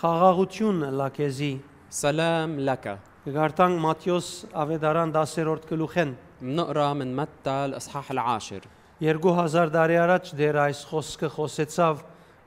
Խաղաղությունն լա քեզի։ سلام لك Գարտանք Մատթեոս Ավետարան 10-րդ գլուխեն نقرا من متى الاصحاح العاشر 2000 տարի առաջ դեր այս խոսքը խոսեցավ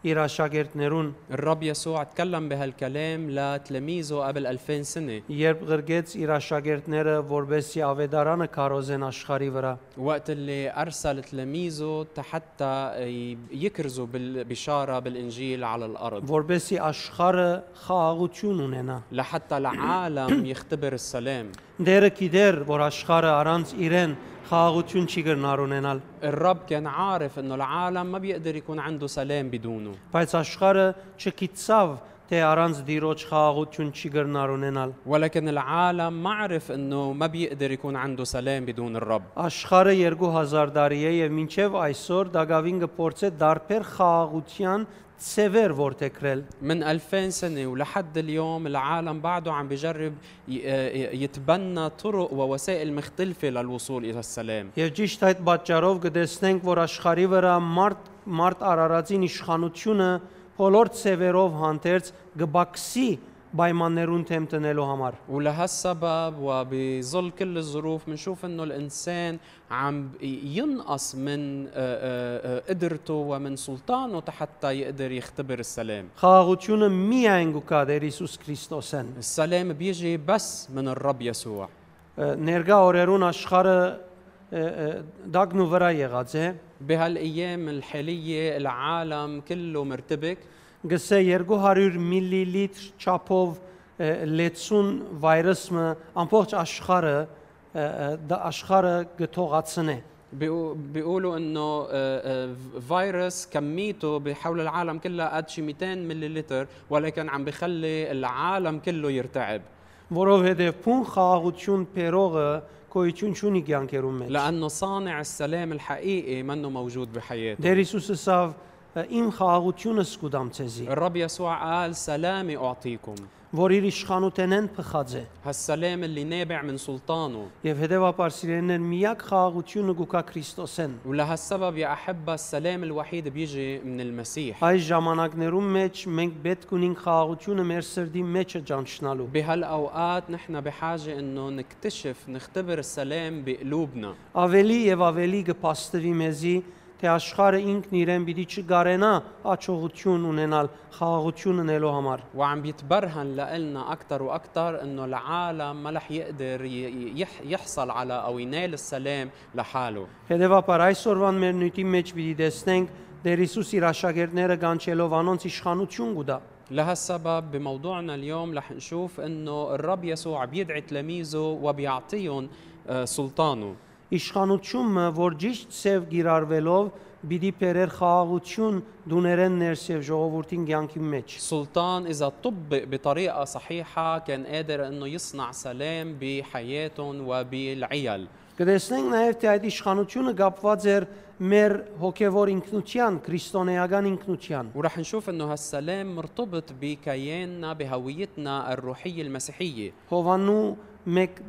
իր աշակերտներուն, الرب يسوع تكلم بهالكلام لتلاميذه قبل 2000 سنة երբ գրգեց իր աշակերտները, որբեսի Ավետարանը քարոզեն աշխարի վրա։ وقت اللي أرسل تلاميذه حتى يكرزوا بالبشارة بالإنجيل على الأرض որբեսի աշխարը խաղաղություն ունենա։ لحتى العالم يختبر السلام Դերը գիտեր, որ աշխարը առանց իրեն խաղաղություն չի գտնար ունենալ, الرب كان عارف انه العالم ما بيقدر يكون عنده سلام بدونه բայց աշխարը չգիտավ, թե առանց Տիրոջ խաղաղություն չի գտնար ունենալ։ ولكن العالم ما عرف انه ما بيقدر يكون عنده سلام بدون الرب Աշխարը 2000 տարի է եւ մինչեւ այսօր Դագավին գործե դարբեր խաղաղության ծևեր որթեքրել։ من 2000 سنة ولحد اليوم العالم بعده عم بجرب ي- آه، يتبنى طرق ووسائل مختلفة للوصول إلى السلام Եվ ճիշտ այդ պատճառով կտեսնենք, որ աշխարի վրա մարդ մարդ արարածին իշխանությունը բոլոր ծևերով հանդերձ գբաքսի պայմաններուն թեմ տնելու համար։ ولهالسبب وبظل كل الظروف بنشوف انه الانسان عم ب- ينقص من آه، آه، آه، قدرته ومن سلطانه حتى يقدر يختبر السلام Խաղաղությունը միայն գուկա դեր Հիսուս Քրիստոսեն։ السلام بيجي بس من الرب يسوع Ը, Ներկա օրերուն աշխարը ը, ը, դագնու վրա եղած է։ بهالايام الحاليه العالم كله مرتبك Գսե 200 միլիլիտր չափով ը, լեցուն վայրուսը ամբողջ աշխարը ը, ը, դա աշխարը գթողացնե։ بيقو- بيقولوا انه آه، آه، فيروس كميته بحول العالم كلها قد شي 200 مللتر ولكن عم بخلي العالم كله يرتعب Որովհետև փուն խաղաղություն փերողը գոյություն ունի կյանքերում մեջ։ لانه صانع السلام الحقيقي منه موجود بحياته Դեր Հիսուսը ասավ ը, իմ խաղաղությունը սկուդամ ցեզի, الرب يسوع قال سلامي اعطيكم որ իր իշխանութենեն փխած է։ هالسلام اللي نابع من سلطانه Եվ հետևաբար սիրելիներ միակ խաղաղությունը գուկա Քրիստոսեն։ ولهالسبب يا احبه السلام الوحيد بيجي من المسيح Այս ժամանակներում մեջ մենք պետք ունենք խաղաղությունը մեր սրդի մեջը ճանչնալու։ بهالاوقات نحن بحاجه انه نكتشف نختبر السلام بقلوبنا Ավելի եւ ավելի կփաստվի մեզի, թե աշխարհը ինքն իրեն պիտի չգարենա աճողություն ունենալ խաղաղություն ունելու համար։ وعم بيتبرهن لنا اكثر واكثر انه العالم ما رح يقدر ي- ي- يح- يحصل على او ينال السلام لحاله Հետևաբար այսօրվան մեր նույնի մեջ պիտի տեսնենք Տեր Հիսուս իր աշակերտները կանչելով անոնց իշխանություն գուտա։ لهالسبب بموضوعنا اليوم رح نشوف انه الرب يسوع بيدعي تلاميذه وبيعطيهم آه، سلطانه Իշխանությունը, որ ճիշտ ծև գիրարվելով բիդի պերեր խաղաղություն դուներեն ներսև ժողովրդին ցանկի մեջ։ سلطان اذا طبق بطريقه صحيحه كان قادر انه يصنع سلام بحياتهم وبالعيال Կտեսնենք նաև թե այդ իշխանությունը կապված էր մեր հոգևոր ինքնության, քրիստոնեական ինքնության։ ورح نشوف انه هالسلام مرتبط بكياننا بهويتنا الروحيه المسيحيه Հովաննու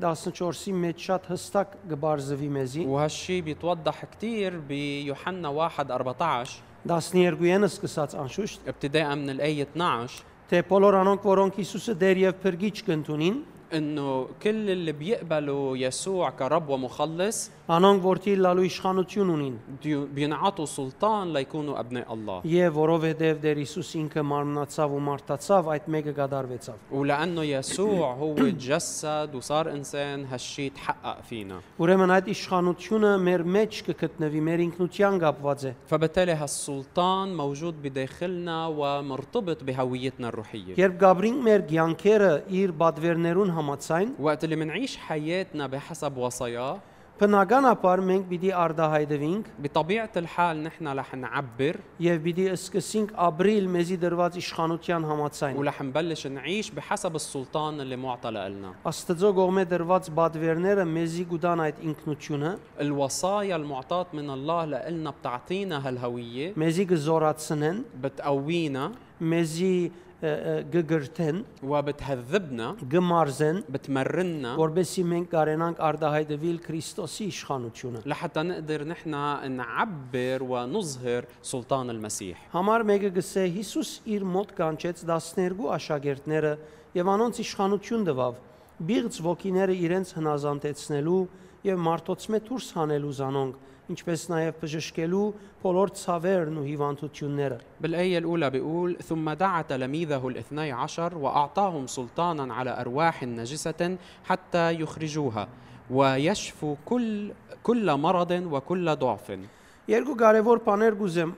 1:14-ի մեջ շատ հստակ կբարձվի մեզի։ وهالشي بيتوضح كتير بيوحنا 1 14 12-ն սկսած անշուշտ, ابتداء من الآية 12 թե բոլոր անոնք, որոնք Հիսուսը դեր եւ փրկիչ կընդունին, انه كل اللي بيقبلوا يسوع كرب ومخلص անոնք որթի լալու իշխանություն ունին։ بي- بينعطوا سلطان ليكونوا ابناء الله Եվ որովհետև Տեր Հիսուս ինքը մարմնացավ ու մարտացավ, այդ մեկը կդարվեցավ։ ولانه يسوع هو تجسد وصار انسان هالشي تحقق فينا Ուրեմն այդ իշխանությունը մեր մեջ կգտնվի, մեր ինքնության կապված է։ فبالتالي هالسلطان موجود بداخلنا ومرتبط بهويتنا الروحيه Երբ Գաբրին մեր ցանկերը իր բադվերներուն համացայն, وقت اللي منعيش حياتنا بحسب وصاياه բնականաբար մենք պիտի արդահայտվենք بطبيعه الحال نحن رح نعبر եւ պիտի սկսենք ապրիլ մեզի դրված իշխանության համացայն։ ورح نبلش نعيش بحسب السلطان اللي معطى لنا Աստծո գողմե դրված բադվերները մեզի գուտան այդ ինքնությունը, الوصايا المعطاة من الله لنا بتعطينا هالهوية մեզի կզորացնեն, بتقوينا մեզի ը, ը, գգրթեն, وبتهذبنا գմարզեն, بتمرنا որբեսի մենք կարենանք արդահայտվել Քրիստոսի իշխանությունը։ لحتى نقدر نحن نعبر ونظهر سلطان المسيح Համար մեկը գսե Հիսուս իր մոտ կանչեց 12 աշակերտները եւ անոնց իշխանություն տվավ։ Բիղծ ոգիները իրենց հնազանդեցնելու եւ մարդոց մետ դուրս հանելու զանոնք, ինչպես նաեւ բժշկելու բոլոր ցավերն ու հիվանդությունները։ بالآية الأولى بيقول ثم دعا تلاميذه الاثني عشر وأعطاهم سلطانا على أرواح نجسة حتى يخرجوها ويشفوا كل كل مرض وكل ضعف Երկու կարևոր բաներ գուզեմ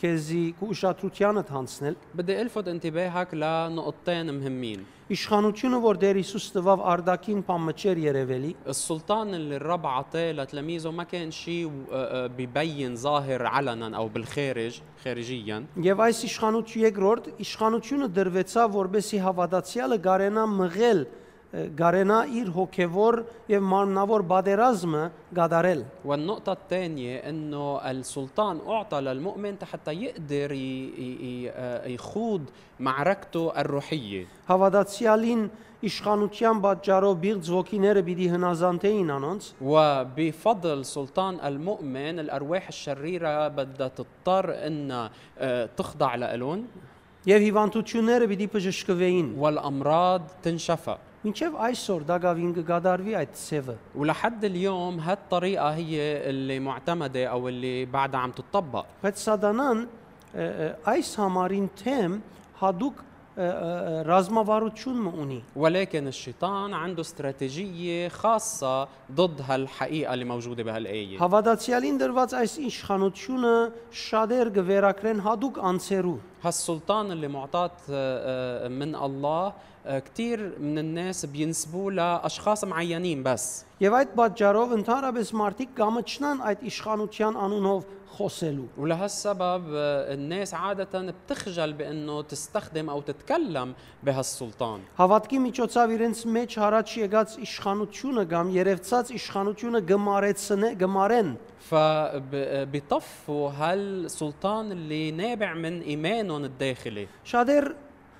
քեզի կուշատրությանդ հանցնել։ بدي الفت انتباهك لنقطتين مهمين Իշխանությունը, որ Տեր Հիսուս տվավ արդակին բամջեր երևելի, السلطان اللي الرب عطاه لتلاميذه ما كان شيء آه، ببين ظاهر علنا او بالخارج خارجيا Եվ այս իշխանություն երկրորդ իշխանությունը դրվեցա որբեսի հավատացյալը գարենա մղել ը, գարենա իր հոգևոր եւ մարմնավոր բادرազմը գադարել والنقطة الثانية أنه السلطان أعطى للمؤمن حتى يقدر ي- ي- ي- آه، يخوض معركته الروحية հավատացյալին իշխանության պատճառով բիղձ ոգիները պիտի հնազանդեին անոնց وبفضل سلطان المؤمن الأرواح الشريرة بدها تضطر أنها آه، تخضع لإلهم եւ հիվանդությունները պիտի բժշկվեին والأمراض تنشفى ինչեւ այսօր դակավին կգադարվի այդ ցևը ولحد اليوم هالطريقة هي اللي معتمدة أو اللي بعدها عم تطبق բայց սատանան ը, ը, այս համարին թեմ հadouk ռազմավարություն ունի ولكن الشيطان عنده استراتيجية خاصة ضد هالحقيقة اللي موجودة بهالآية Հավատացյալին դրված այս իշխանությունը շատեր գվերակրեն հadouk անցերու։ هالسلطان اللي معطاة آه، آه، من الله كثير من الناس بينسبوه لاشخاص معينين بس Եվ այդ պատճառով ընդհանրապես մարդիկ կամճնան այդ իշխանության անունով խոսելու։ ولهالسبب آه، الناس عادة بتخجل بانه تستخدم او تتكلم بهالسلطان Հավատքի միջոցով իրենց մեջ առաջ եկած իշխանությունը կամ երևցած իշխանությունը գմարեցնե գմարեն։ فبيطفوا هالسلطان اللي نابع من ايمانهم الداخلي Շատեր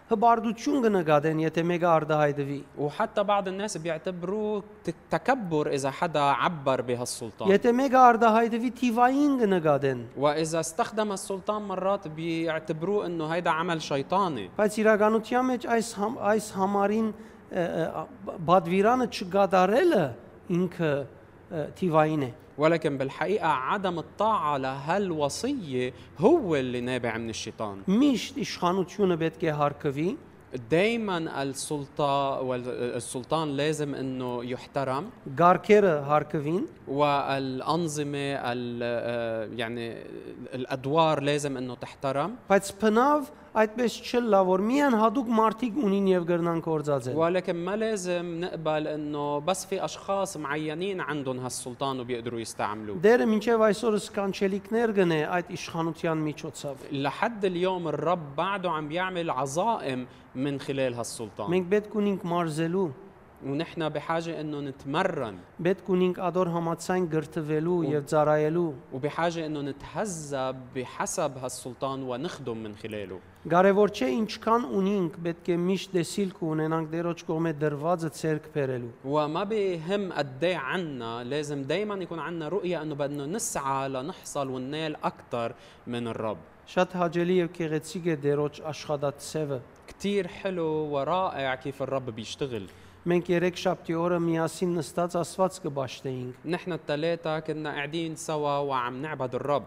հբարդություն կնկատեն, եթե մեկը արդահայտվի։ وحتى بعض الناس بيعتبروه ت- تكبر اذا حدا عبر بهالسلطان Եթե մեկը արդահայտվի, թիվային կնկատեն։ واذا استخدم السلطان مرات بيعتبروه انه هيدا عمل شيطاني Բայց իրականության մեջ այս համ, այս համարին ը, ը, բադվիրանը չգադարելը ինքը ը, թիվային է։ ولكن بالحقيقة عدم الطاعة لهالوصية هو اللي نابع من الشيطان Միշտ իշխանությունը պետք է հարկվի, دايما السلطة والسلطان لازم انه يحترم ղարքերը հարկվին, والأنظمة ال- آه، يعني الأدوار لازم انه تحترم բայց փնավ այդպես չլա, որ միան հadouk մարդիկ ունին եւ գրնան կորցածել։ ولكن ما لازم نقبل انه بس في اشخاص معينين عندهم هالسلطان وبيقدروا يستعملوه Դերը մինչև այսօր սկանչելիքներ գնե այդ իշխանության միջոցով։ لحد اليوم الرب بعده عم بيعمل عظائم من خلال هالسلطان Մենք պետք ունենք մարզելու, ونحن بحاجة انه نتمرن պետք ունենք ադոր համացայն գրթվելու եւ ծառայելու։ وبحاجة انه نتهذب بحسب هالسلطان ونخدم من خلاله Կարևոր չէ ինչքան ունինք, պետք է միշտ դեսիլք ունենանք դե Տերոջ կողմե դրվածը ցերկ բերելու։ وما بيهم قد ايه عنا لازم دايما يكون عنا رؤية انه بدنا نسعى لنحصل وننال اكثر من الرب Շատ հաճելի եւ քեղեցիկ է դե Տերոջ աշխատածը։ كتير حلو ورائع كيف الرب بيشتغل Մենք երեք շաբթի օրը միասին նստած Աստված կբաշտեինք نحن الثلاثة كنا قاعدين سوا وعم نعبد الرب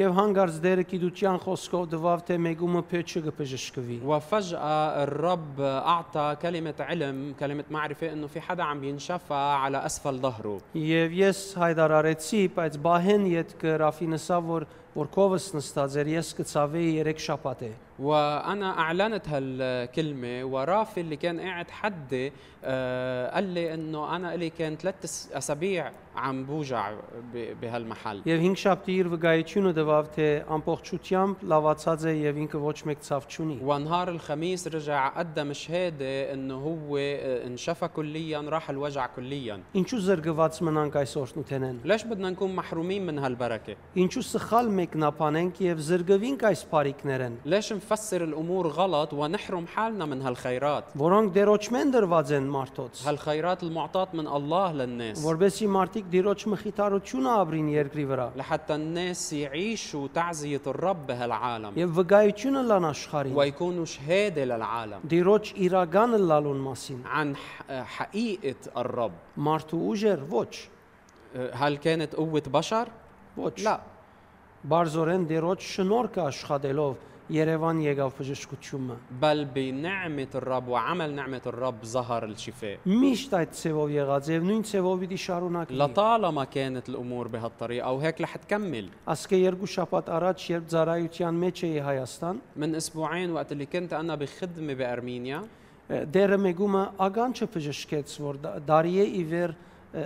եւ հանգարց Տերը գիտության խոսքով դվավ թե մեգումը փեչը կբժշկվի։ وفجأة الرب أعطى كلمة علم كلمة معرفة أنه في حدا عم ينشفى على أسفل ظهره Եվ ես հայտարարեցի, բայց բահեն իդ գրաֆինսա որ որ կովս նստած էր, ես կծավեի երեք շաբաթ է։ وانا اعلنت هالكلمه ورافي اللي كان قاعد حدي آه، قال لي انه انا لي كان ثلاث اسابيع عم بوجع ب- بهالمحل Եվ 5 շաբթի իր վկայությունը տվավ, թե ամբողջությամբ լավացած է եւ ինքը ոչ մեկ ցավ չունի։ ونهار الخميس رجع قدم شهاده انه هو آه، انشفى كليا راح الوجع كليا Ինչու զրկված մնանք այս օրհնութենեն։ ليش بدنا نكون محرومين من هالبركه Ինչու սխալ մեկնաբանենք եւ զրկվինք այս բարիկներեն, ليش نفسر الامور غلط ونحرم حالنا من هالخيرات որոնք դերոճմեն դրված են մարդոց, هالخيرات المعطاة من الله للناس որբեսի մարդիկ դիրոջ մխիթարությունը ապրին երկրի վրա لحتى الناس يعيشوا تعزية الرب بهالعالم եւ վկայությունը լան աշխարհին, ويكونوا شهادة للعالم դիրոջ իրականը լալուն մասին։ عن ح- حقيقة الرب Մարդու ուժեր ոչ, هل كانت قوة بشر؟ ոչ։ لا Բարձորեն դերոջ շնորհքը աշխատելով Երևան եկավ բժշկությունը։ بل بنعمة الرب وعمل نعمة الرب ظهر الشفاء Միշտ այդ ցևով եղած եւ նույն ցևով պիտի շարունակվի։ لطالما كانت الأمور بهالطريقة وهيك رح تكمل Ասկե երկու շաբաթ առաջ երբ ծարայության մեջ էի Հայաստան, من أسبوعين وقت اللي كنت أنا بخدمة بأرمينيا դերը մեգումը ականջը բժշկեց, որ դա- դարիե իվեր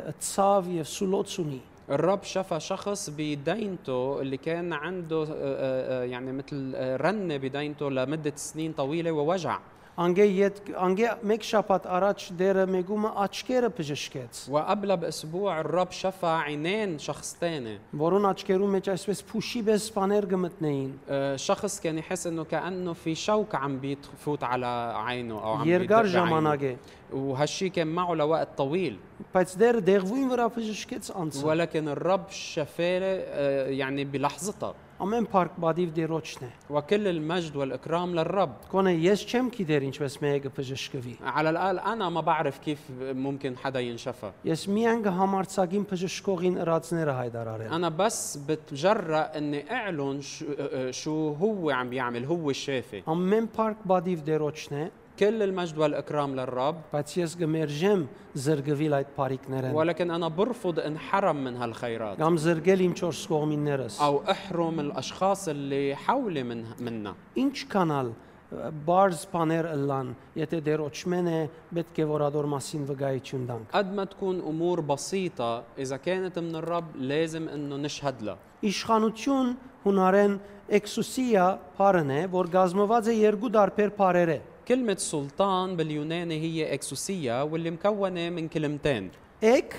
ցավ եւ սուլոց ունի։ الرب شفى شخص بدينته اللي كان عنده آه، آه، آه، يعني مثل آه، رنة بدينته لمدة سنين طويلة ووجع Անգե ետ անգե մեկ շաբաթ առաջ դերը մեգումը աչքերը բժշկեց, وقبلها بأسبوع الرب شفى عينين شخص تاني որոնց աչքերու մեջ այսպես փուշի պես բաներ գմտնեին։ آه، شخص كان يحس انه كانه في شوك عم بيفوت على عينه او عم Երկար بيدق بعينه. ժամանակ է, وهالشي كان معه لوقت طويل բայց դերը դեղվին վրա բժշկեց անցը։ ولكن الرب شفاه آه، يعني بلحظتها Ամեն парք բադիվ դերոճն է։ وكل المجد والاكرام للرب Կոնե ես չեմ գիտեր ինչպես մեկը բժշկվի։ على الاقل انا ما بعرف كيف ممكن حدا ينشفى Ես միայն համարցագին բժշկողին ըրացները հայտարարել։ انا بس بتجرأ اني اعلن شو, آه، آه، شو هو عم بيعمل هو الشافي Ամեն парք բադիվ դերոճն է, كل المجد والاكرام للرب բայց ես գմերժեմ զրգվել այդ բարիկներեն։ ولكن انا برفض انحرم من هالخيرات Կամ զրգել իմ 4 կողմիններս։ او احرم الاشخاص اللي حولي من منا Ինչ կանալ ը, բարձ բաներ ըլլան, եթե դերոճմեն է, պետք է որ ադոր մասին վկայություն տանք։ قد ما تكون امور بسيطه اذا كانت من الرب لازم انه نشهد لها Իշխանություն հունարեն էքսուսիա բառն է, որ գազմված է երկու դարբեր բառեր է։ كلمة سلطان باليوناني هي اكسوسية واللي مكونة من كلمتين Էկ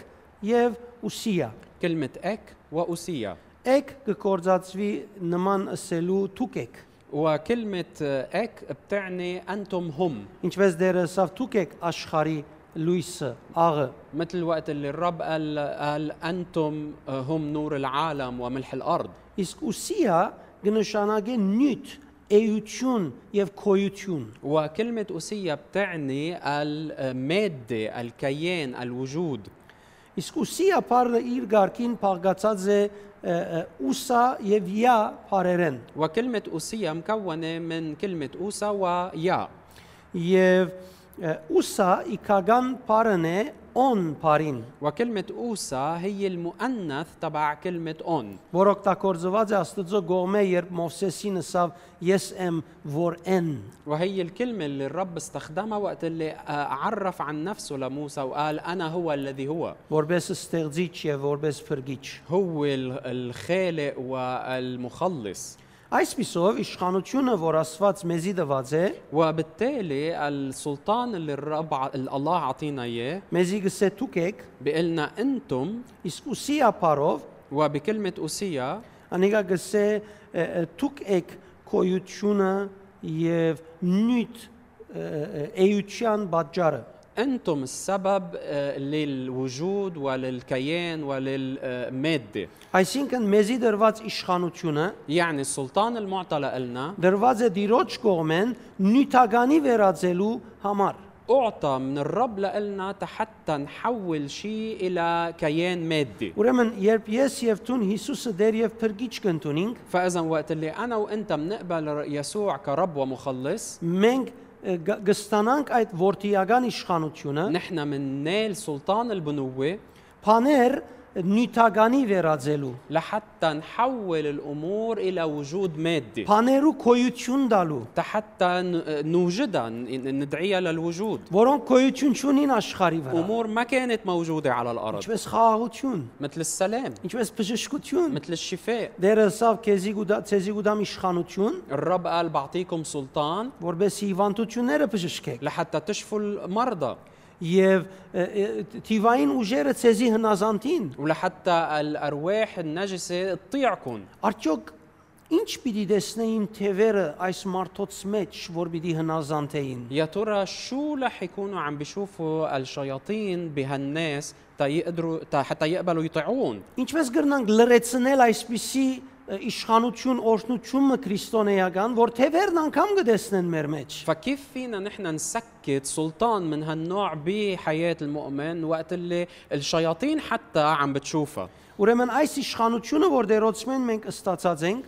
եւ ուսիա։ كلمة اك وأوسية Էկ կկործածվի նման ասելու թուկեք։ وكلمة اك بتعني أنتم هم Ինչպես դերը ասավ թուկեք աշխարի լույսը, աղը, مثل وقت اللي الرب قال, قال أنتم آه، هم نور العالم وملح الأرض իսկ ուսիա կնշանակի նյութ, էություն եւ քոյություն։ وكلمة أوسية بتعني المادة الكيان الوجود Իսկ ուսիա բառը իր ղարքին փաղկացած է ը, ը, ուսա եւ յա բառերեն։ وكلمة أوسية مكونة من كلمة أوسا ويا Եվ ը, ուսա իքական բառն է on բառին, وكلمة أوسا هي المؤنث تبع كلمة أون որ օգտագործված է Աստծո գողմե, երբ Մովսեսին ասավ ես եմ որ են։ وهي الكلمة اللي الرب استخدمها وقت اللي آه، عرف عن نفسه لموسى وقال أنا هو الذي هو որպես ստեղծիչ եւ որպես փրկիչ։ هو ال- الخالق والمخلص Այս պիսով իշխանությունը, որ Աստված մեզի տված է, وبالتالي السلطان اللي الرب ع- اللي الله عطينا إياه մեզի գսե թուկեք, بيقلنا أنتم իսկ ուսի ապարով وبكلمة أوسيا անիկա գսե ը, ը, թուկեք կոյությունը եւ նույթ էյուչյան բաճարը։ أنتم السبب آه، للوجود وللكيان وللمادة Այսինքն մեզի դրված իշխանությունը يعني السلطان المعطى لنا դրված է դիրոջ կողմեն նյութականի վերածելու համար։ أعطى من الرب لنا حتى نحول شيء إلى كيان مادي Ուրեմն, երբ ես եւ ցուն Հիսուսը դեր եւ փրկիչ կընտունինք, فإذا وقت اللي أنا وأنت منقبل ر- يسوع كرب ومخلص մենք ը, գ- գստանանք այդ ворթիական իշխանությունը نحن مننال سلطان البنوة փաներ նյութականի վերածելու لحتى نحول الأمور إلى وجود مادي փաներու քոյություն տալու حتى ن- نوجدها ن- ندعيها للوجود որոնք քոյություն չունին աշխարի վրա أمور ما كانت موجودة على الأرض ինչպես խաղաղություն مثل السلام ինչպես բժշկություն مثل الشفاء դերասավ քեզի գուտա քեզի գուտամ իշխանություն الرب قال بعطيكم سلطان որբես հիվանդությունները բժշկեք لحتى تشفوا المرضى եւ ը, ը, թիվային ուժերը քեզի հնազանդին ولحتى الارواح النجسه تطيعكم արդյոք Ինչ պիտի տեսնեին թևերը այս մարդոց մեջ, որ պիտի հնազանդեին։ يا ترى شو رح يكونوا عم بيشوفوا الشياطين بهالناس تا يقدروا تا حتى يقبلوا يطيعون Ինչպես կգրնանք լրացնել այսպիսի ը, իշխանություն, օրհնությունը քրիստոնեական, որ թևերն անգամ կտեսնեն մեր մեջ։ فكيف فينا نحن نسكت سلطان من هالنوع بحياة المؤمن وقت اللي الشياطين حتى عم بتشوفها Ուրեմն այս իշխանությունը, որ դերոցմեն մենք ստացած ենք,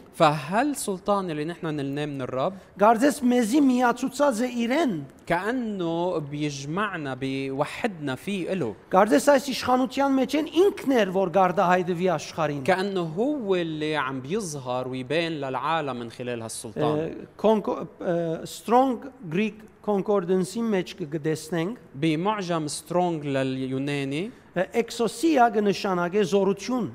فهالسلطان اللي نحن نلناه من الرب Գարձես մեզի միացուցած է իրեն։ كأنه بيجمعنا بيوحدنا فيه إله Գարձես այս իշխանության մեջ են ինքն էր, որ գարդահայդվի աշխարհին։ كأنه هو اللي عم بيظهر ويبان للعالم من خلال إيه. هالسلطان Conco- ը, Strong Greek Concordance-ի մեջ կգտեսնենք, بمعجم سترونج لليوناني ը, exousia կնշանակե զորություն,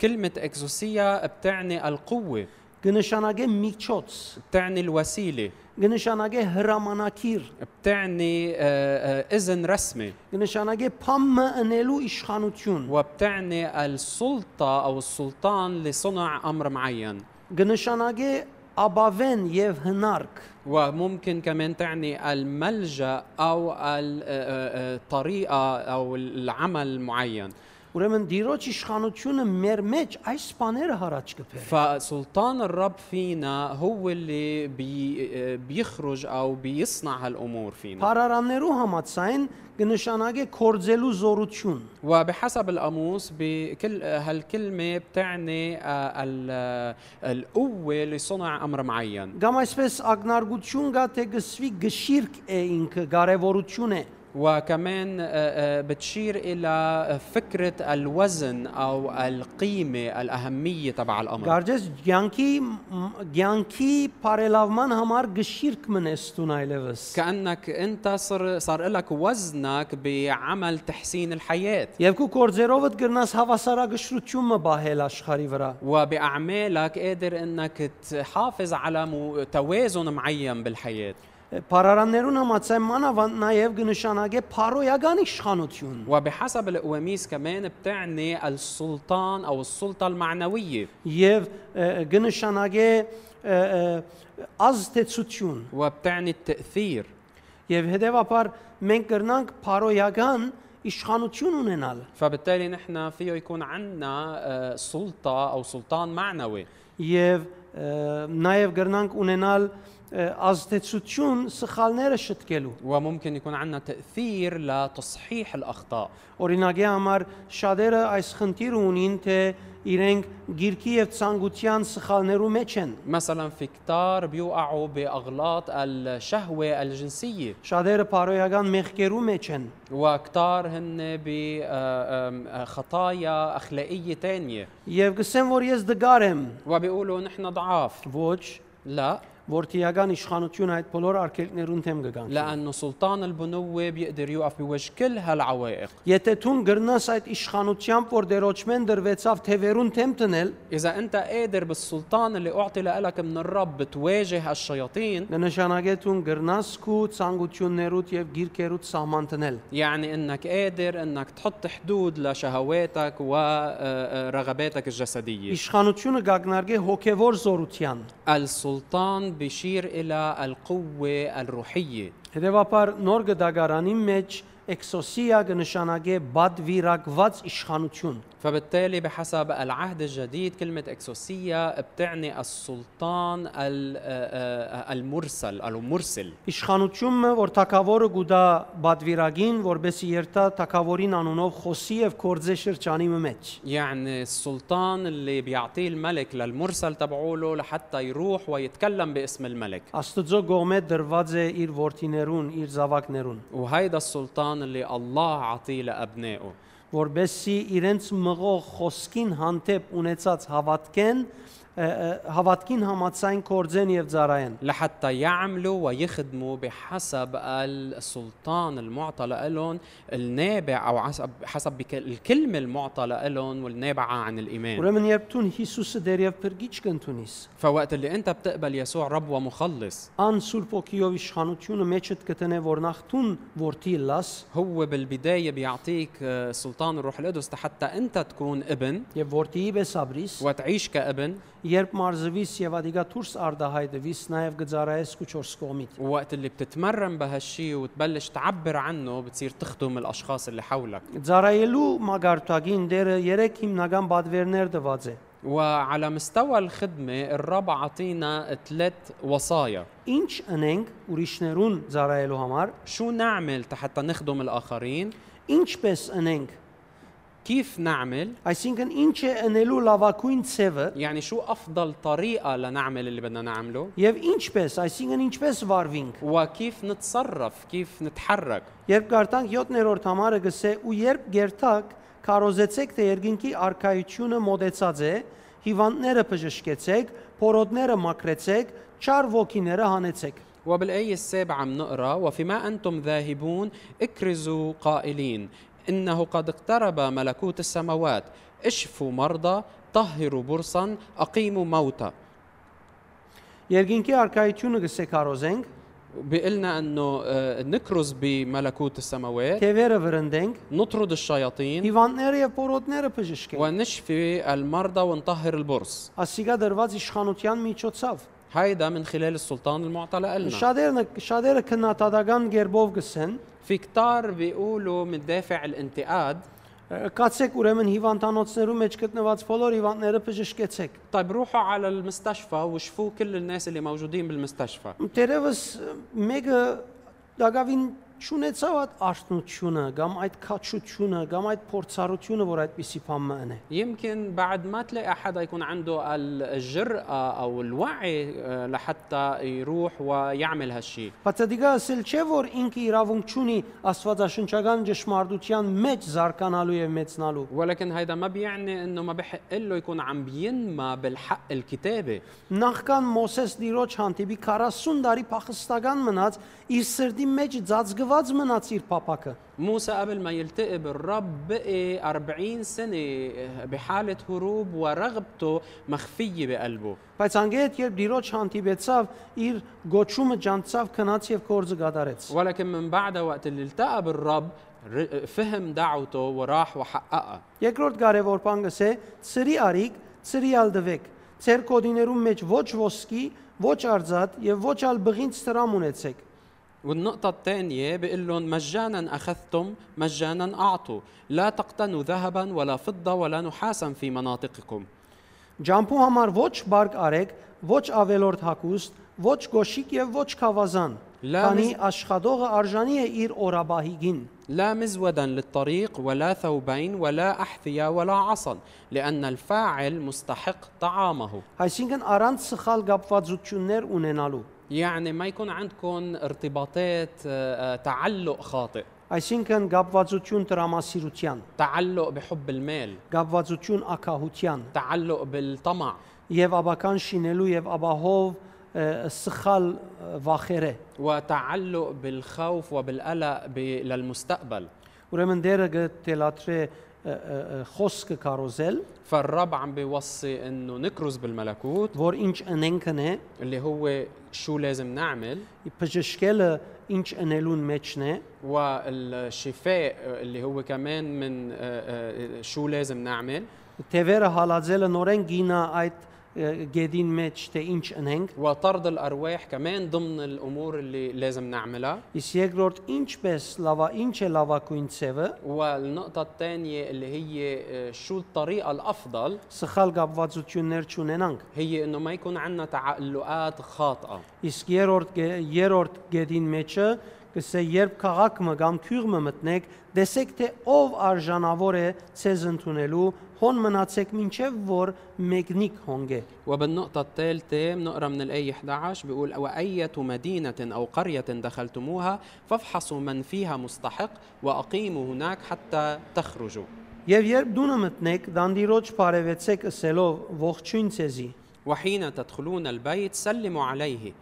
كلمة اكزوسيا بتعني القوة կնշանակե միջոց, بتعني الوسيلة կնշանակե հրամանակիր, بتعني آه، آه، إذن رسمي կնշանակե փամը ընելու իշխանություն, وبتعني السلطة أو السلطان لصنع أمر معين կնշանակե աբավեն եւ հնարք, وممكن كمان تعني الملجأ أو ال- آه، آه، الطريقة أو العمل معين Ուրեմն Տիրոջ իշխանությունը մեր մեջ այս բաները հարաճ կփեր։ فسلطان الرب فينا هو اللي بي آه، بيخرج أو بيصنع هالأمور فينا Փարարաններու համացայն կնշանակե կորձելու զորություն, وبحسب القاموس بكل هالكلمة بتعني آه، ال- آه، القوة لصنع أمر معين կամ այսպես ագնարգություն կա թե գսվի գշիրք է ինքը կարևորություն է։ وكمان آه، آه، بتشير إلى فكرة الوزن أو القيمة الأهمية تبع الأمر Գարջես ցանկի ցանկի բարելավման համար գշիրք մնես տուն այլևս։ كأنك أنت صار صار لك وزنك بعمل تحسين الحياة Եվ քու կորձերովդ կրնաս հավասարակշռությունը բահել աշխարի վրա։ وبأعمالك قادر أنك تحافظ على مو- توازن معين بالحياة Փարարաններուն համացայն մանավանդ նաև կնշանակե փարոյական իշխանություն։ وبحسب القواميس كمان بتعني السلطان أو السلطة المعنوية եւ ը, գնշանագե ը, ը, ազդեցություն وبتعني التأثير եւ հետեւաբար մենք կրնանք փարոյական իշխանություն ունենալ فبالتالي نحن فيه يكون عندنا آه، سلطة أو سلطان معنوي եւ ը, նաեւ կրնանք ունենալ ը, ազդեցություն սխալները շտկելու وممكن يكون عندنا تأثير لتصحيح الأخطاء օրինակի համար շատերը այս խնդիրը ունին թե իրենք գիրքի եւ ցանկության սխալներու մեջ են مثلا في كتار بيوقعوا بأغلاط الشهوة الجنسية շատերը փարոյական մեղքերու մեջ են وكتار هن آه، بخطايا أخلاقية تانية եւ գսեմ որ ես դգար եմ وبيقولوا نحن ضعاف ոչ لا որթիական իշխանություն այդ բոլոր արկելքներուն թեմ կգան لأنه سلطان البنوة بيقدر يوقف بوجه كل هالعوائق Եթե ցուն գրնաս այդ իշխանությամբ, որ դերոճմեն դրվեցավ թևերուն թեմ տնել, إذا أنت قادر بالسلطان اللي أعطي لك من الرب تواجه الشياطين նշանակե ցուն գրնաս քու ցանկություններուդ եւ գիրքերուդ սահման տնել։ يعني انك قادر انك تحط حدود لشهواتك آه، ورغباتك الجسديه Իշխանությունը գագնարգե հոգեվոր զորության։ السلطان بيشير الى القوه الروحيه Հետևաբար նոր գդագարանի մեջ էքսոսիա կնշանակե բադվիրակված իշխանություն։ فبالتالي بحسب العهد الجديد كلمة إكسوسية بتعني السلطان ال- آه، آه، المرسل أو مرسل Իշխանությունը, որ թակավորը գուտա բադվիրագին, որբեսի երթա թակավորին անունով խոսի եւ կորձե շրջանի մեջ։ يعني السلطان اللي بيعطيه الملك للمرسل تبعوله لحتى يروح ويتكلم باسم الملك Աստծո գողմե դրված է իր ворթիներուն, իր զավակներուն։ وهيدا السلطان اللي الله عطيه لأبنائه որբեսի իրենց մղող խոսքին հանդեպ ունեցած հավատքեն ը, ը, հավատքին համացայն կորձեն եւ ծարայեն لحتى يعملوا ويخدموا بحسب السلطان المعطى لهم النابع او حسب حسب بك- الكلمه المعطى لهم والنابعه عن الايمان ուրեմն երբ դու Հիսուսը դերև փրկիչ կընտունիս فوقت اللي انت بتقبل يسوع رب ومخلص ան Սուրբ ոգիով իշխանությունը մեջդ կտնե որ նախտուն որդի լաս هو بالبدايه بيعطيك آه، سلطان الروح القدس حتى انت تكون ابن եւ որդիի պես ապրիս وتعيش كابن երբ մարզվիս եւ ադիգա դուրս արդահայտվիս նաեւ գծարայես քուչորս կողմիտ وقت اللي بتتمرن بهالشي وتبلش تعبر عنه بتصير تخدم الاشخاص اللي حولك Ձարայելու մագարտագին դերը 3 հիմնական բادرներ տված է։ وعلى مستوى الخدمة الرب عطينا ثلاث وصايا Ինչ ընենք ուրիշներուն ձարայելու համար, شو نعمل حتى نخدم الآخرين ինչպես ընենք, كيف نعمل այսինքն ինչ է ընելու լավագույն ցևը يعني شو أفضل طريقة لنعمل اللي بدنا نعمله եւ ինչպես, այսինքն ինչպես վարվինք։ وكيف نتصرف كيف نتحرك Երբ կարտանք 7-րդ համարը գսե ու երբ գերթակ կարոզեցեք թե երկինքի արքայությունը մոտեցած է, հիվանդները բժշկեցեք, փորոդները մաքրեցեք, չար ոգիները հանեցեք։ وبالآية السابعة منقرأ وفيما أنتم ذاهبون اكرزوا قائلين إنه قد اقترب ملكوت السماوات اشفوا مرضى طهروا برصا أقيموا موتى Երկինքի արքայությունը գսե կարոզենք, بيقلنا أنه آه، نكرز بملكوت السماوات թևերը վրընդենք, نطرد الشياطين Հիվանդները եւ պորոտները բժշկեն։ ونشفي المرضى ونطهر البرص Ասիգա դրված իշխանության միջոցով։ هيدا من خلال السلطان المعطى لنا Շատերն շատերը քննադատական ģերբով գսեն, في كتار بيقولوا من دافع الانتقاد կացեք ուրեմն հիվանդանոցներու մեջ գտնված բոլոր հիվանդները բժշկեցեք։ طيب روحوا على المستشفى وشفوا كل الناس اللي موجودين بالمستشفى Տերևս մեկը դակավին չունեցավ այդ արտունությունը կամ այդ քաչությունը կամ այդ փորձառությունը, որ այդպիսի բանը ունի։ يمكن بعد ما تلاقي حدا يكون عنده الجرأة أو الوعي آه، لحتى يروح ويعمل هالشي Բայց դիգա ասել չէ որ ինքը իրավունք ունի աստվածաշնչական ճշմարտության մեջ զարկանալու եւ մեծնալու։ ولكن هيدا ما بيعني انه ما بحق له يكون عم بينمى بالحق الكتابي Նախքան Մոսես Տիրոջ հանդիպի 40 տարի փախստական մնաց, իր սրտի մեջ ծածկված մնաց իր papaքը։ موسى قبل ما يلتقي بالرب بقي 40 سنة آه، بحالة هروب ورغبته مخفية بقلبه Բայց անգետ երբ Տիրոջ հանդիպեցավ, իր գոչումը ճանցավ, քնած եւ կորձը գադարեց։ ولكن من بعدها وقت اللي التقى بالرب ر- فهم دعوته وراح وحققها Երկրորդ կարևոր բանը է՝ ծրի արիկ, ծրիալ դվեք։ Ձեր կոդիներում մեջ ոչ ոսկի, ոչ արծաթ եւ ոչ ալ բղինց տրամ ունեցեք։ والنقطة الثانية بقول لهم مجانا أخذتم مجانا أعطوا لا تقتنوا ذهبا ولا فضة ولا نحاسا في مناطقكم Ջամփու համար ոչ բարգ արեք, ոչ ավելորդ հակուստ, ոչ գոշիկ եւ ոչ խավազան։ Լավ, Քանի ես- աշխատողը արժանի է իր օրաբահիգին։ لا مزودا للطريق ولا ثوبين ولا أحذية ولا عصا لأن الفاعل مستحق طعامه Այսինքն առանց սխալ գապվածություններ ունենալու։ يعني ما يكون عندكم ارتباطات آه، آه، تعلق خاطئ Այսինքն գապվածություն տրամասիրության, تعلق بحب المال գապվածություն ակահության تعلق بالطمع եւ աբական շինելու եւ աբահով ը, սխալ ը, վախերը։ وتعلق بالخوف وبالقلق ب- للمستقبل Ուրեմն դերը գտելատրե ը, ը, ը, խոսքը կարոզել, فالرب عم بيوصي انه نكرز بالملكوت որ ինչ ընենքն է, اللي هو شو لازم نعمل բժշկելը ինչ ընելուն մեջն է, والشفاء اللي هو كمان من آه، آه، شو لازم نعمل Տևերը հալածելը նորեն գինա այդ ը, գեդին մեջ թե ինչ ընենք, وطرد الارواح كمان ضمن الامور اللي لازم نعملها իսկ երկրորդ ինչպես լավա ինչ է լավակույն ծևը, والنقطة الثانية اللي هي آه، شو الطريقة الأفضل սխալ գապվածություններ չունենանք։ هي إنه ما يكون عندنا تعلقات خاطئة Իսկ երրորդ գե- երրորդ գեդին մեջը կսե երբ քաղաքը կամ քյուղը մտնեք, տեսեք թե ով արժանավոր է ցեզ ընդունելու, հոն մնացեք ինչև որ մեկնիկ հոնգե։ وبالنقطة الثالثة بنقرا من الآية 11 بيقول وأية مدينة أو قرية دخلتموها فافحصوا من فيها مستحق وأقيموا هناك حتى تخرجوا Եվ երբ դունը մտնեք, դանդիրոջ բարևեցեք ասելով ողջույն ցեզի։ وحين تدخلون البيت سلموا عليه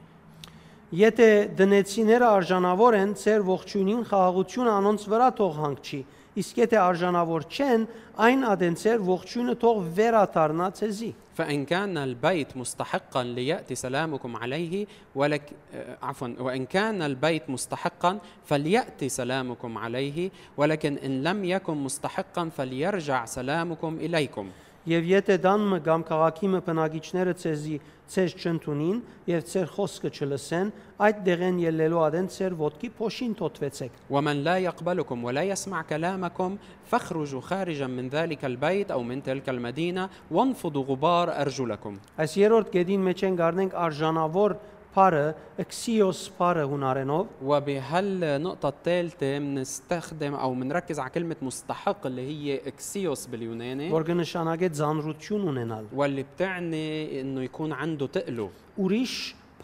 Եթե դնեցիները արժանավոր են ծեր ողջունին խաղաղությունը անոնց վրա թող հանգչի, իսկ եթե արժանավոր չեն, այն ադենցեր ողջունը թող վերադառնա ցեզի։ فإن كان البيت مستحقا ليأتي سلامكم عليه ولك آه، عفوا وإن كان البيت مستحقا فليأتي سلامكم عليه ولكن إن لم يكن مستحقا فليرجع سلامكم إليكم Եվ եթե դանմը կամ քաղաքի մը բնակիչները ցեզի ցեզ չընդունին եւ ցեր խոսքը չլսեն, այդ դեղեն ելնելու ադեն ցեր ոդկի փոշին թոթվեցեք։ ومن لا يقبلكم ولا يسمع كلامكم فاخرجوا خارجا من ذلك البيت أو من تلك المدينة وانفضوا غبار أرجلكم Այս երրորդ գեդին մեջ են գարնենք արժանավոր բարը, Xeos բարը հունարենով, وبهالنقطة الثالثة بنستخدم أو بنركز على كلمة مستحق اللي هي إكسيوس باليوناني որ կնշանակե ծանրություն ունենալ։ واللي بتعني إنه يكون عنده تقله Ուրիշ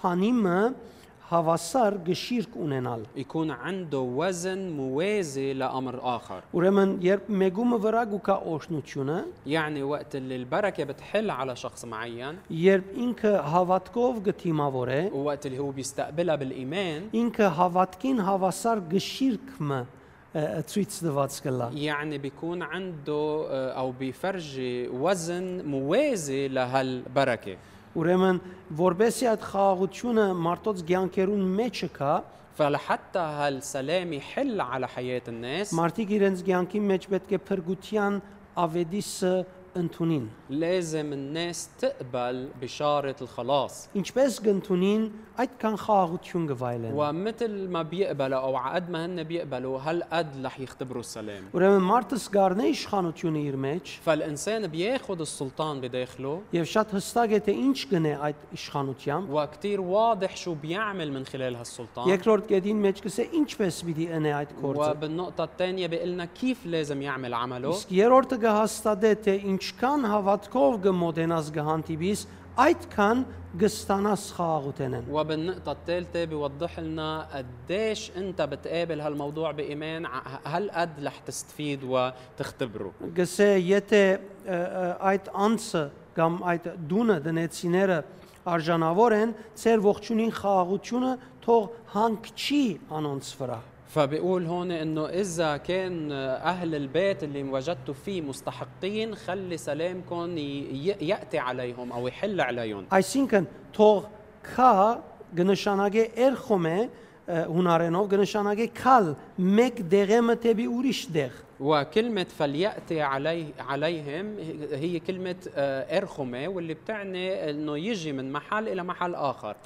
փանիմը հավասար գշիրք ունենալ։ يكون عنده وزن موازي لأمر آخر Ուրեմն, երբ մեգումը վրա գուկա օշնությունը, يعني وقت اللي البركة بتحل على շախս معين երբ ինքը հավատքով գտիմավոր է, ووقت اللي هو بيستقبلها بالإيمان ինքը հավատքին հավասար գշիրքը ցույց տված կլա։ يعني بيكون عنده آه، أو بيفرجي وزن موازي لهالبركة Ուրեմն, որբեսի այդ խաղաղությունը մարդոց ցանկերուն մեջը կա, فلحتى هالسلام يحل على حياة الناس մարդիկ իրենց ցանկի մեջ պետք է փրկության ավետիսը ընդունին։ لازم الناس تقبل بشارة الخلاص Ինչպես կընդունին, այդքան խաղաղություն կվայելեն։ ومثل ما بيقبلوا أو عقد ما هن بيقبلوا هالقد رح يختبروا السلام Ուրեմն, մարդը զգարնե իշխանությունը իր մեջ فالإنسان بياخد السلطان بداخله եւ շատ հստակ է թե ինչ գնե այդ իշխանությամբ։ وكتير واضح شو بيعمل من خلال هالسلطان Երկրորդ կետին մեջ կսե ինչպես պիտի ընե այդ գործը։ وبالنقطة الثانية بيقلنا كيف لازم يعمل عمله Իսկ երրորդը կհաստատե թե ինչքան հավատքով կմոտենաս գհանտիվիս, այդքան կստանաս խաղաղութենեն։ وبالنقطة الثالثة بيوضح لنا قديش أنت بتقابل هالموضوع بإيمان ع- هالقد رح تستفيد وتختبره Գսե, եթե ը, ը, այդ անցը կամ այդ դունը դնեցիները արժանավոր են, ծեր ողջունին խաղաղությունը թող հանգչի անոնց վրա։ فبيقول هون انه اذا كان اهل البيت اللي وجدتوا فيه مستحقين خلي سلامكم ي- ي- ياتي عليهم او يحل عليهم Այսինքն թող քա գնշանագե երխոմե հունարենով գնշանագե քալ մեկ դեղեմը տեպի ուրիշ դեղ։ وكلمه فلياتي علي عليهم هي كلمه آه، ارخمه واللي بتعني انه يجي من محل الى محل اخر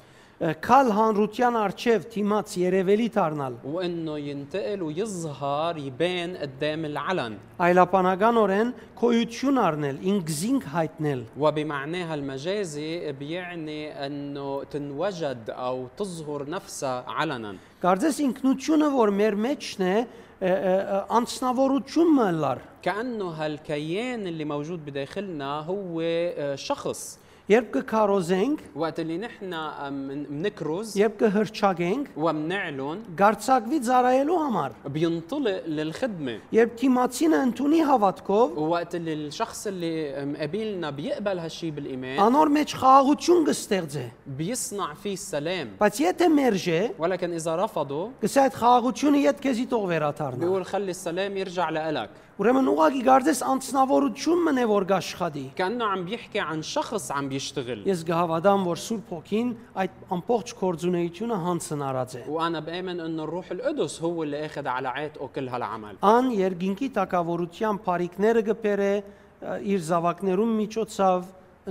Քալ հանրության արչև թիմած երևելի դառնալ وانه ينتقل ويظهر يبان قدام العلن այլապանականորեն քոյություն առնել ինքզինք հայտնել وبمعناها المجازي بيعني انه تنوجد او تظهر نفسها علنا կարծես ինքնությունը որ մեր մեջն է ը, ը, ը, անձնավորությունը լար كانه هالكيان اللي موجود بداخلنا هو آه، شخص երբ կքարոզենք وقت اللي نحن آه، من- منكرز երբ կհրճագենք ومنعلن գարցակվի ծարայելու համար بينطلق للخدمه երբ թիմացինը ընդունի հավատքով وقت اللي الشخص اللي مقابلنا بيقبل هالشي بالايمان անոր մեջ խաղաղություն կստեղծե بيصنع فيه السلام բայց եթե մերժե ولكن اذا رفضه կսա այդ խաղաղությունը իդ քեզի տող վերաթարնա بيقول خلي السلام يرجع لإلك ուրեմն ուղակի կարծես անձնավորությունն է որ գաշխատի كانه عم بيحكي عن شخص عم بيشتغل Ես գհավադամ, որ Սուրբ Հոգին այդ ամբողջ կորձունեությունը հանցնարած է։ وانا بامن انه الروح القدس هو اللي اخذ على عاتقه كل هالعمل Ան երկինքի տակավորության բարիկները գբերե ը, իր զավակներուն միջոցով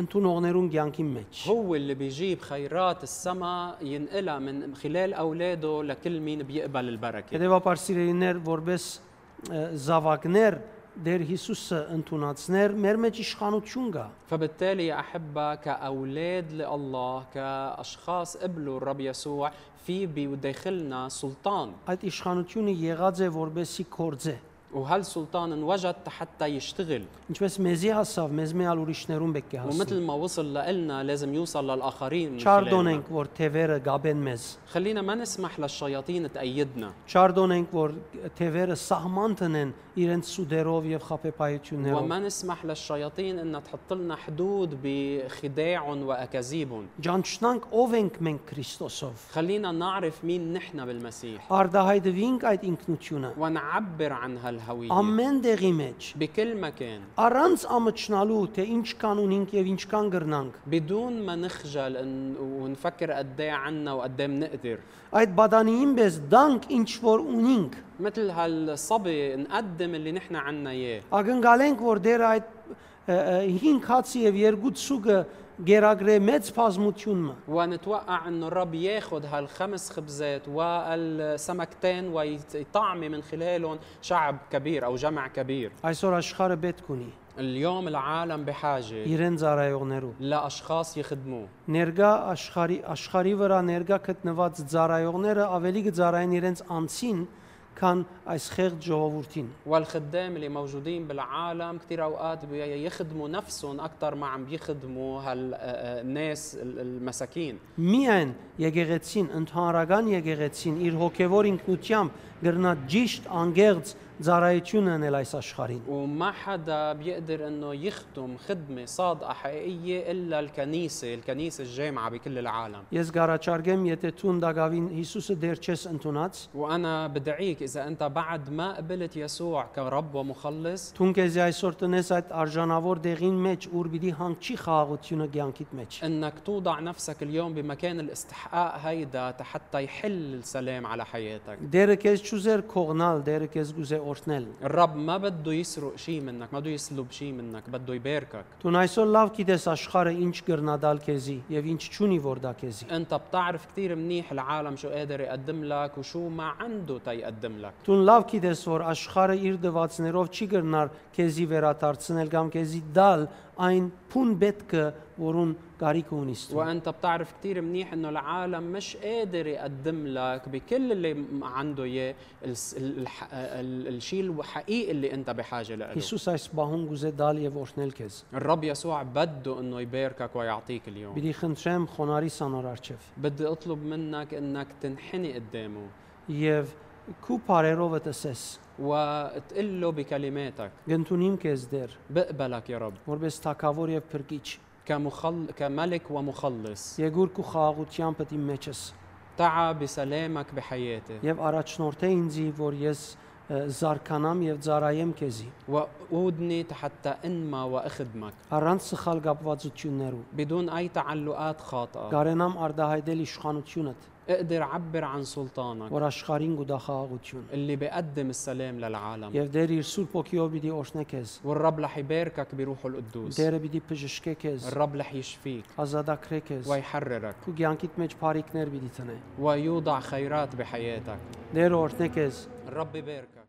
ընդունողներուն ցանկի մեջ։ هو اللي بيجيب خيرات السماء ينقلها من خلال اولاده لكل مين بيقبل البركه Հետևաբար սիրելիներ, որբես ը, զավակներ դեր Հիսուսը ընդունածներ, մեր մեջ իշխանություն կա։ فبالتالي يا احبه كاولاد لله كاشخاص قبلوا الرب يسوع في بداخلنا سلطان Այդ իշխանությունը եղած է որբեսի կորձե։ وهالسلطان انوجد حتى يشتغل Ինչպես մեզի հասավ, մեզ մեալ ուրիշներուն պետք է հասնի։ ومثل ما وصل لنا لازم يوصل للاخرين من خلالنا. Չարդոնենք, որ թևերը գաբեն մեզ։ خلينا ما نسمح للشياطين تأيدنا Չարդոնենք որ թևերը սահման տնեն իրենց սուդերով եւ խապեպայություններով։ وما نسمح للشياطين انها تحط لنا حدود بخداعهم واكاذيبهم Ջանչնանք ով ենք մենք Քրիստոսով։ خلينا نعرف مين نحن بالمسيح Արդահայտվինք այդ ինքնությունը ونعبر عن هالهوية ամեն դեղի մեջ։ بكل مكان Առանց ամճնալու թե ինչ կանունինք եւ ինչ կան գրնանք։ بدون ما نخجل إن- ونفكر قد ايه عنا وقد ايه بنقدر Այդ բադանիին մեզ դանք ինչ որ ունինք։ مثل هالصبي نقدم اللي نحن عنا اياه Ակնկալենք որ դեր այդ հին հացի եւ երկու ցուկը գերագրե մեծ բազմությունը ونتوقع انه الرب ياخذ هالخمس خبزات والسمكتين ويطعمي من خلالهم شعب كبير او جمع كبير այսօր աշխարը պետք ունի اليوم العالم بحاجه իրենց արայողներու لاشخاص يخدموه ներգա աշխարի աշխարի վրա ներգա գտնված ծառայողները ավելի կծառայեն իրենց անձին քան այս խեղճ ժողովրդին والخدام اللي موجودين بالعالم كثير اوقات بي- يخدموا نفسهم اكثر ما عم بيخدموا هالناس المساكين միայն եկեղեցին ընդհանրական եկեղեցին իր հոգևոր ինքնությամբ գրնա ճիշտ անգերց ծառայություն անել այս աշխարին وما حدا بيقدر انه يخدم خدمه صادقه حقيقيه الا الكنيسه، الكنيسه الجامعه بكل العالم. ես գարաչարգեմ եթե ցուն դակավին Հիսուսը դեռ չես ընդունած وانا بدعيك اذا انت بعد ما قبلت يسوع كرب ومخلص Թուն քեզի այսօր տնես այդ արժանավոր դեղին մեջ, ուր պիտի հանգչի խաղաղությունը կյանքիդ մեջ։ انك توضع نفسك اليوم بمكان الاستحقاق هيدا حتى يحل السلام على حياتك. Դերը քեզ ճուզեր կողնալ, դերը քեզ գուզե օրհնել։ الرب ما بده يسرق شيء منك، ما بده يسلب شيء منك، بده يباركك. Թուն այսօր լավ գիտես աշխարը ինչ գրնադալ քեզի եւ ինչ ճունի որ դա քեզի։ انت بتعرف كثير منيح العالم شو قادر يقدم لك وشو ما عنده تيقدم لك. Թուն լավ գիտես որ աշխարը իր դվածներով չի գրնար քեզի վերադարձնել կամ քեզի դալ այն փուն պետքը, որուն կարիք ունիս դու։ وانت بتعرف كثير منيح انه العالم مش قادر يقدم لك بكل اللي م- عنده اياه الس- ال- الح- ال- الشيء الحقيقي اللي انت بحاجه له Հիսուս այս բահուն գուզե դալ եւ օրհնել քեզ։ الرب يسوع بده انه يباركك ويعطيك اليوم Պիտի խնդրեմ խոնարի սանոր արչեվ بدي اطلب منك انك تنحني قدامه եւ քու բարերովը տեսես։ وتقول له بكلماتك Գնտունիմ քեզ դեր بقبلك يا رب որպես թակավոր եւ փրկիչ كمخل... كملك ومخلص Եգուր քու խաղաղությամբ դի մեջս تعا بسلامك بحياتي եւ առաջնորդե ինձի որ ես ը, զարկանամ եւ ծարայեմ քեզի وقودني حتى انما واخدمك առանց սխալ կապվածություններու بدون اي تعلقات خاطئه կարենամ արդահայտել իշխանությունդ اقدر اعبر عن سلطانك որ աշխարհին գուտա խաղաղություն اللي بيقدم السلام للعالم եւ դեր իր սուրբ ոգիով պիտի օրհնե քեզ والرب رح يباركك بروحه القدوس դերը պիտի բժշկե քեզ الرب رح يشفيك ազատագրե քեզ ويحررك քու ցանկիտ մեջ բարիկներ պիտի ցնե ويوضع خيرات بحياتك դեր օրհնե քեզ الرب يباركك